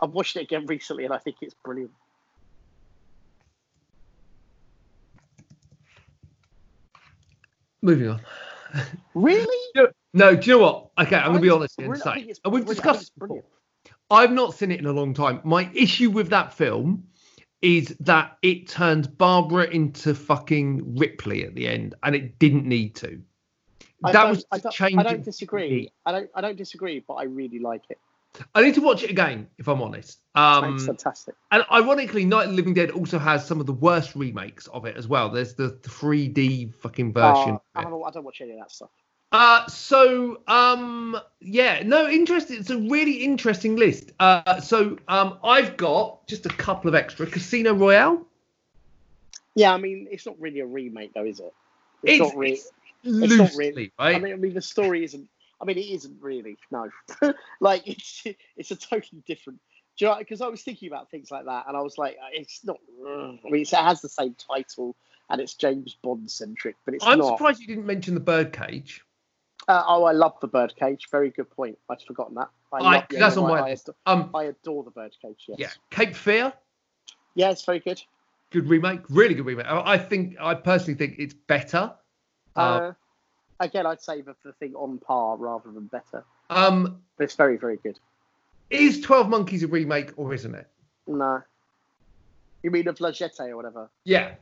I've watched it again recently, and I think it's brilliant. Moving on. Really? Do- No, do you know what? Okay, I'm gonna be I- honest here and really, I think say, it's and we've brilliant. I think discussed it's this before. brilliant. I've not seen it in a long time. My issue with that film is that it turned Barbara into fucking Ripley at the end, and it didn't need to. I that don't- was I the don't, change. I it don't was disagree. I don't. I don't disagree, but I really like it. made. I need to watch it again if I'm honest. it's Um, fantastic. and ironically, Night of the Living Dead also has some of the worst remakes of it as well. There's the 3D fucking version. Uh, I, of it. haven't- I don't watch any of that stuff. Uh, so um, yeah, no, interesting. It's a really interesting list. Uh, so um, I've got just a couple of extra. Casino Royale. Yeah, I mean, it's not really a remake, though, is it? It's, It's- not really. Loosely, not really- right? I mean, I mean, the story isn't. I mean, it isn't really. No, like it's it's a totally different. Do you know? Because I was thinking about things like that, and I was like, it's not. I mean, it's, it has the same title, and it's James Bond centric, but it's I'm not. surprised you didn't mention the birdcage. Uh, oh, I love the Birdcage. Very good point. I'd forgotten that. I I- love- yeah, that's you're on right, my I list. adore, Um, I adore the Birdcage. Oh, Yes. yeah, Cape Fear. Yeah, it's very good. Good remake, really good remake. I I think I personally think it's better. Uh, Uh, again, I'd say the, the thing on par rather than better, um, but it's very, very good. is Twelve Monkeys a remake or isn't it? No. You mean of La Jete or whatever? Yeah,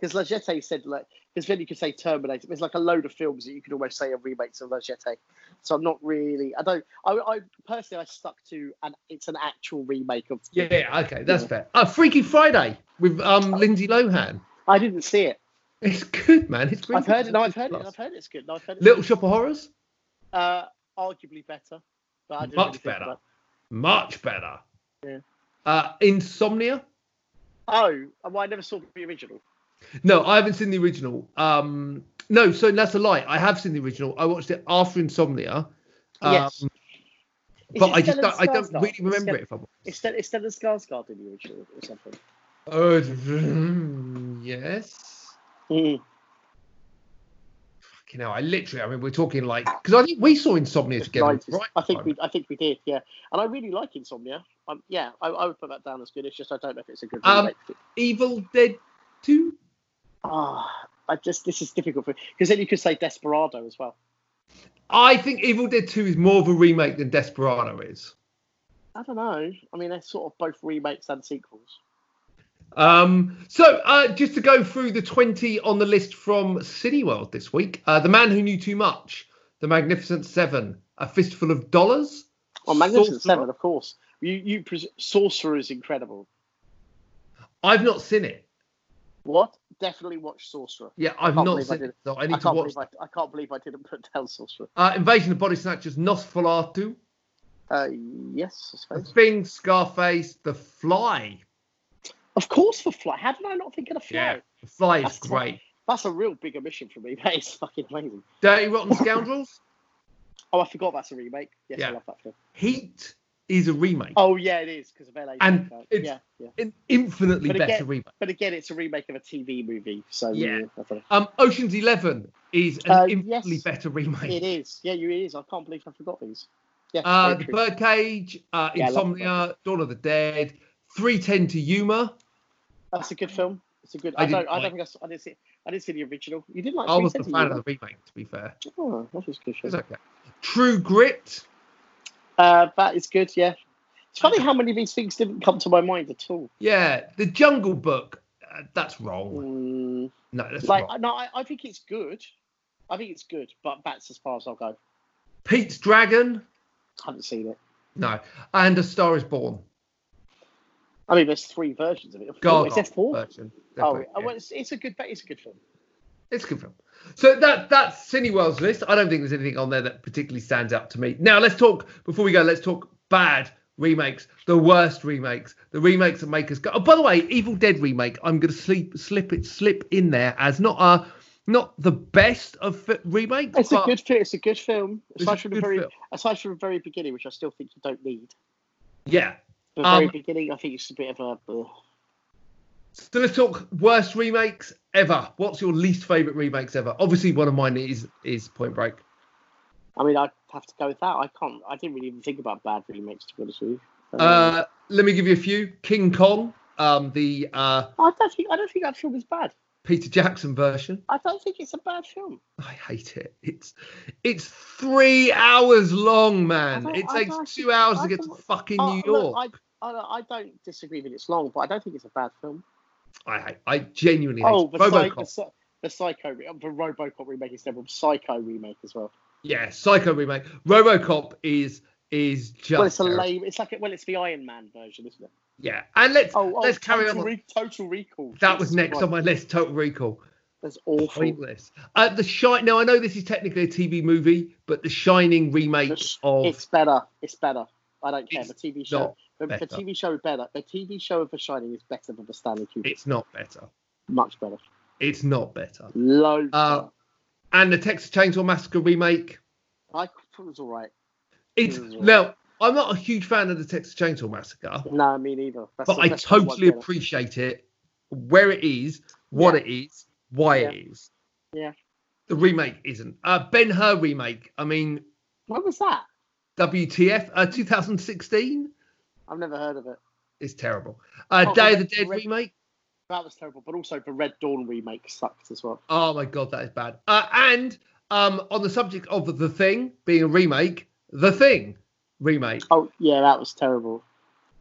because La Jete said like because then you could say Terminator. There's like a load of films that you could almost say are remakes of La Jete. So I'm not really. I don't. I, I personally I stuck to an. It's an actual remake of. yeah, yeah, okay, that's fair. Uh, Freaky Friday with Oh. um Lindsay Lohan. I didn't see it. It's good, man. It's really I've heard good. it. No, I've heard it. I've heard it's good. No, I've heard it's Little Shop of Horrors. good. Uh, arguably better. But I didn't Much really think better. about- Much better. Yeah. Uh, Insomnia. Oh, well, I never saw the original. No, I haven't seen the original. Um, no, so that's a lie. I have seen the original. I watched it after Insomnia. Um, Yes. Is But it I just Stellan don't, I don't Skarsgård? really remember Stel- it. If I'm Is Stel- is Stellan Skarsgård in the original or something? Oh, it's- yes. Fucking hell. I literally, I mean, we're talking like, because I think we saw Insomnia It's together. 90s. right? I think we, I think we did, yeah. And I really like Insomnia. Um, yeah, I, I would put that down as good. It's just I don't know if it's a good. Um, remake. Evil Dead 2. Ah, I just this is difficult for because then you could say Desperado as well. I think Evil Dead 2 is more of a remake than Desperado is. I don't know. I mean, they're sort of both remakes and sequels. Um, so uh, just to go through the 20 on the list from Cineworld this week uh, The Man Who Knew Too Much, The Magnificent Seven, A Fistful of Dollars. Well, Magnificent Seven, of course. You, you pres- Sorcerer is incredible. I've not seen it. What? Definitely watch Sorcerer. Yeah, I've Can't not believe I seen it. didn't. So I I need to can't, watch. believe I, I can't believe I didn't put down Sorcerer. Uh, Invasion of Body Snatchers, Nosferatu, Uh, yes, I The suppose. Thing, Scarface, The Fly. Of course, for Fly. How did I not think of the Fly? The Fly is That's- great. That's a real big omission for me. That is fucking amazing. Dirty Rotten Scoundrels. Oh, I forgot that's a remake. Yes, Yeah. I love that film. Heat is a remake. Oh, yeah, it is because of LA. And Noire. it's- yeah, yeah. An infinitely But better again- remake. But again, it's a remake of a TV movie. So, Yeah. I don't know. Um, Ocean's Eleven is an Uh, infinitely yes. better remake. It is. Yeah, you it is. I can't believe I forgot these. Yeah. Uh, very the true. Birdcage, uh, Yeah, I love The Insomnia, Dawn of the Dead, 310 to Yuma. That's a good film. It's a good. I I, didn't don't. I like- don't think I, s- I didn't see. I didn't see the original. You didn't like. I wasn't a 310, fan did of the remake, to be fair. you? Oh, that was a good It was show. okay. True Grit. Uh, that is good. Yeah. It's funny how many of these things didn't come to my mind at all. Yeah. The Jungle Book. Uh, that's wrong. Mm, No, that's like, wrong. no, I, I think it's good. I think it's good, but that's as far as I'll go. Pete's Dragon. haven't seen it. No. And A Star is Born. I mean, there's three versions of it. God. is there four? Version. oh, Definitely, oh, yeah. well, it's, it's a good. It's a good film. It's a good film. So that that's Cineworld's list. I don't think there's anything on there that particularly stands out to me. Now let's talk before we go. Let's talk bad remakes, the worst remakes, the remakes that make us go. Oh, by the way, Evil Dead remake. I'm going to slip slip it slip in there as not a not the best of f- remakes. It's a but good. fi- It's a good film. it's a Aside from the good very, film. aside from the very beginning, which I still think you don't need. Yeah. The Um, very beginning, I think it's a bit of a. uh, ugh. So let's talk worst remakes ever. What's your least favorite remakes ever? Obviously, one of mine is is Point Break. I mean, I'd have to go with that. I can't. I didn't really even think about bad remakes to be honest with you. Um, Uh, let me give you a few. King Kong, um, the uh, I don't think. I don't think that film is bad. Peter Jackson version. I don't think it's a bad film. I hate it. It's it's three hours long, man. don't- It I takes don't- two hours to I get to don't- fucking Oh, New look, York. I, I, I don't disagree that it's long, but I don't think it's a bad film. I hate. I genuinely hate Oh, it. the, Psy- the, RoboCop. Psy- the Psycho, re- the RoboCop remake is terrible. Psycho remake as well. yeah, Psycho remake. RoboCop is is just. well, it's a terrible. lame. It's like a, well, it's the Iron Man version, isn't it? Yeah, and let's Oh, oh let's carry Total on. Re- Total Recall. that was Jesus next Christ, on my list. Total Recall. That's awful. Pointless. Uh, the Shine. Now I know this is technically a TV movie, but the Shining remake It's- of It's better. It's better. I don't care. It's The TV show. not. The, the better. TV show is better. The TV show of The Shining is better than the Stanley Kubrick. It's not better. Much better. It's not better. Loads. Uh, better. And the Texas Chainsaw Massacre remake. I thought it was all right. It's Mm. now I'm not a huge fan of the Texas Chainsaw Massacre, No, me neither. That's but the- I that's the one totally better. appreciate it, where it is, what Yeah. it is, why it is. Yeah. The remake isn't. Uh, ben Hur remake. I mean, When was that? WTF? Uh, 2016 I've never heard of it. is terrible. Uh, Oh, Day of the Red- Dead Red- remake. That was terrible. But also the Red Dawn remake sucked as well. Oh my god, that is bad. Uh, and um, on the subject of the thing being a remake, the thing remake Oh yeah, that was terrible.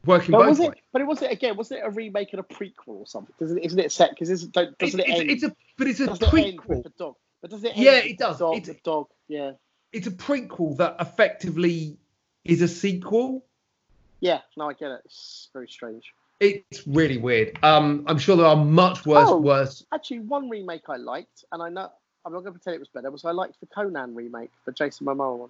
working But both was ways. it? But it wasn't again. Wasn't it a remake and a prequel or something? Doesn't it? Isn't it set? Because isn't don't- It's, doesn't it, end? it's, it's a but it's a doesn't it end prequel. with the dog? But does it? End Yeah, with it the does. Dog, It- the dog. Yeah. it's a prequel that effectively is a sequel. Yeah. No, I get it. It's very strange. It's really weird. Um, I'm sure there are much worse, Oh. worse. Actually, one remake I liked, and I know I'm not going to pretend it was better. Was I liked the Conan remake, the Jason Momoa one?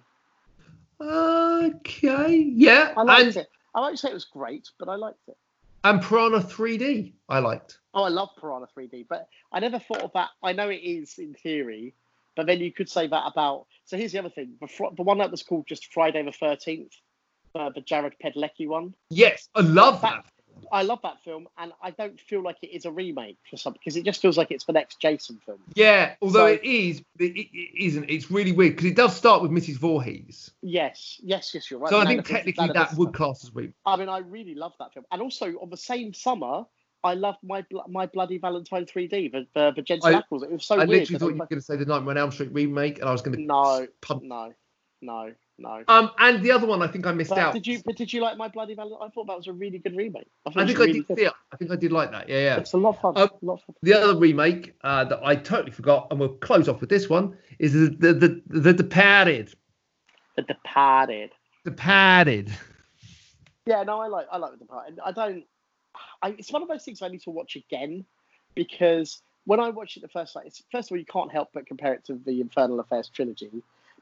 Okay, yeah, I liked and it. I won't say it was great, but I liked it. and Piranha 3D, I liked. Oh, I love Piranha 3D, but I never thought of that. I know it is in theory, but then you could say that about. So here's the other thing: the, fr- the one that was called just Friday the Thirteenth, uh, the Jared Padalecki one. Yes, I love that. That- I love that film, and I don't feel like it is a remake for some because it just feels like it's the next Jason film. Yeah, although So- it is, but it, it isn't. It's really weird because it does start with Mrs. Voorhees. Yes, yes, yes, you're right. so I None think of us- technically none of that us- would class as remake. I mean, I really love that film, and also on the same summer. I loved my Bl- my bloody Valentine 3D, the the, the Jensen I- Ackles. It was so I weird. literally that thought I- you were going to say the Nightmare on Elm Street remake, and I was going to No, pump no, No, no. Um, and the other one I think I missed But out. did you? But did you like My Bloody Valentine? I thought that was a really good remake. I it was think I really did good. see it. I think I did like that. Yeah, yeah. It's a lot of fun. Um, a lot of fun. The other remake uh, that I totally forgot, and we'll close off with this one, is the the the, the Departed. The Departed. Departed. Yeah, no, I like I like the Departed. I don't. I, it's one of those things I need to watch again because when I watched it the first time, it's, first of all, you can't help but compare it to the Infernal Affairs trilogy,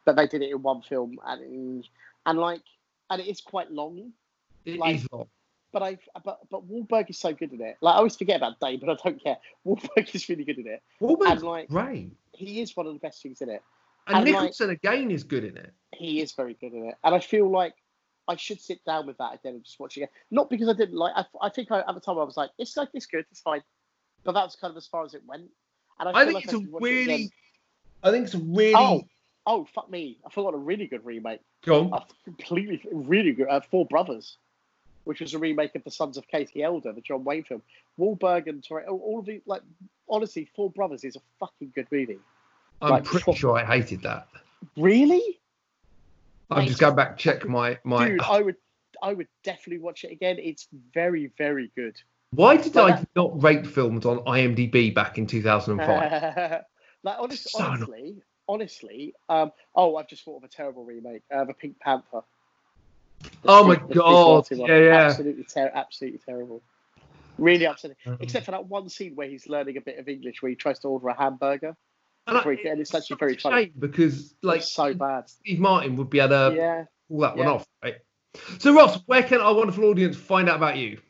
but they did it in one film and in- and like and it is quite long. It Like- is long. But I but but Wahlberg is so good in it. Like I always forget about Day, but I don't care. Wahlberg is really good in it. Wahlberg's And like great. he is one of the best things in it. And, and like- Nicholson again is good in it. he is very good at it, and I feel like I should sit down with that again and just watch it again. Not because I didn't like. I, I think I, at the time I was like, it's like it's good, it's fine, but that's kind of as far as it went. And I, I feel think like it's a should watch it really again. I think it's a really Oh, oh fuck me! I forgot a really good remake. Go on. I completely really good. Uh, Four Brothers, which was a remake of the Sons of Katie Elder, the John Wayne film. Wahlberg and Torre, all- all of the like. Honestly, Four Brothers is a fucking good movie. I'm like, pretty pro- sure I hated that. Really? I'm Mate, just going back to check my my Dude, I would, I would definitely watch it again. It's very, very good. Why did Like I not rate films on IMDb back in 2005? like honest, So annoying. honestly, honestly, um, oh, I've just thought of a terrible remake uh, of a Pink Panther. The Oh my Steve- the Steve God, Martin one. yeah, yeah. absolutely, ter- absolutely terrible. Really upsetting. Um, Except for that one scene where he's learning a bit of English, where he tries to order a hamburger. and, I- freak, and it's actually very such a funny. shame because like uh, Like so bad. Steve Martin would be able to yeah. pull that one yeah. off, right? So Ross, where can our wonderful audience find out about you?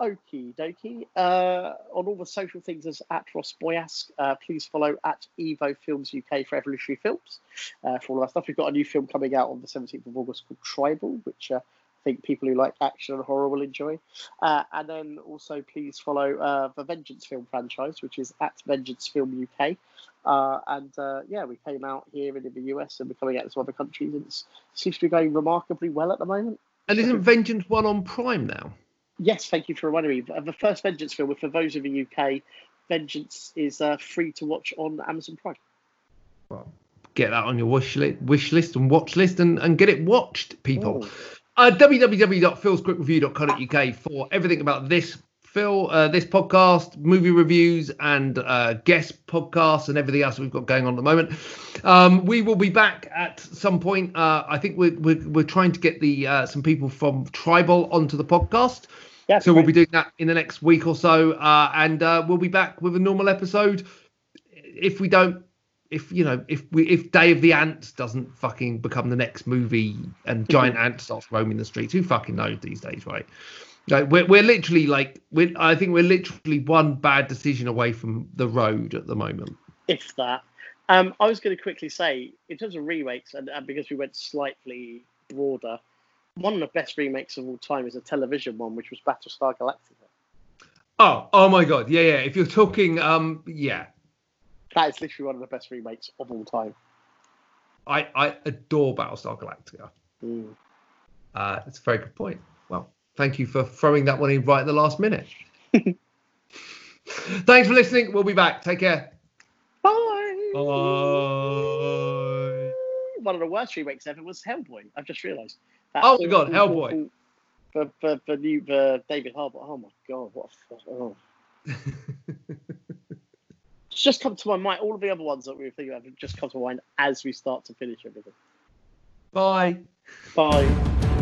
Okie dokie. Uh, on all the social things as at Ross Boyask, uh, please follow at Evo Films UK for Evolutionary Films uh, for all of our stuff. We've got a new film coming out on the 17th of August called Tribal, which uh, I think people who like action and horror will enjoy. Uh, and then also please follow uh, the Vengeance Film franchise, which is at Vengeance Film UK. Uh, and uh, yeah, we came out here and in the US and we're coming out to some other countries and it seems to be going remarkably well at the moment. And isn't Vengeance One on Prime now? Yes, thank you for reminding me. The- The first Vengeance film, for those in the UK, Vengeance is uh, free to watch on Amazon Prime. Well, get that on your wish list, wish list and watch list, and, and get it watched, people. Ooh. Uh, www.philscriptreview.co.uk for everything about this Phil, uh, this podcast, movie reviews, and uh, guest podcasts, and everything else we've got going on at the moment. Um, we will be back at some point. Uh, I think we're, we're we're trying to get the uh, some people from Tribal onto the podcast. Yeah, So we'll be doing that in the next week or so, uh, and uh, we'll be back with a normal episode. If we don't, if you know, if we if Day of the Ants doesn't fucking become the next movie and giant ants starts roaming the streets, who fucking knows these days, right? Like we're we're literally like we I think we're literally one bad decision away from the road at the moment. if that. Um, I was going to quickly say, in terms of remakes, and, and because we went slightly broader, one of the best remakes of all time is a television one, which was Battlestar Galactica. Oh, oh my god, yeah, yeah. If you're talking, um, yeah, That is literally one of the best remakes of all time. I I adore Battlestar Galactica. Mm. Uh, that's a very good point. Well, thank you for throwing that one in right at the last minute. Thanks for listening. We'll be back. Take care. Bye. Bye. One of the worst remakes ever was Hellboy. I've just realised. That Oh my God, awful- Hellboy. awful- For for for new for David Harbour. Oh my God, what? A, fu- oh. It's just come to my mind. All of the other ones that we were thinking of have just come to mind as we start to finish everything. Bye. Bye.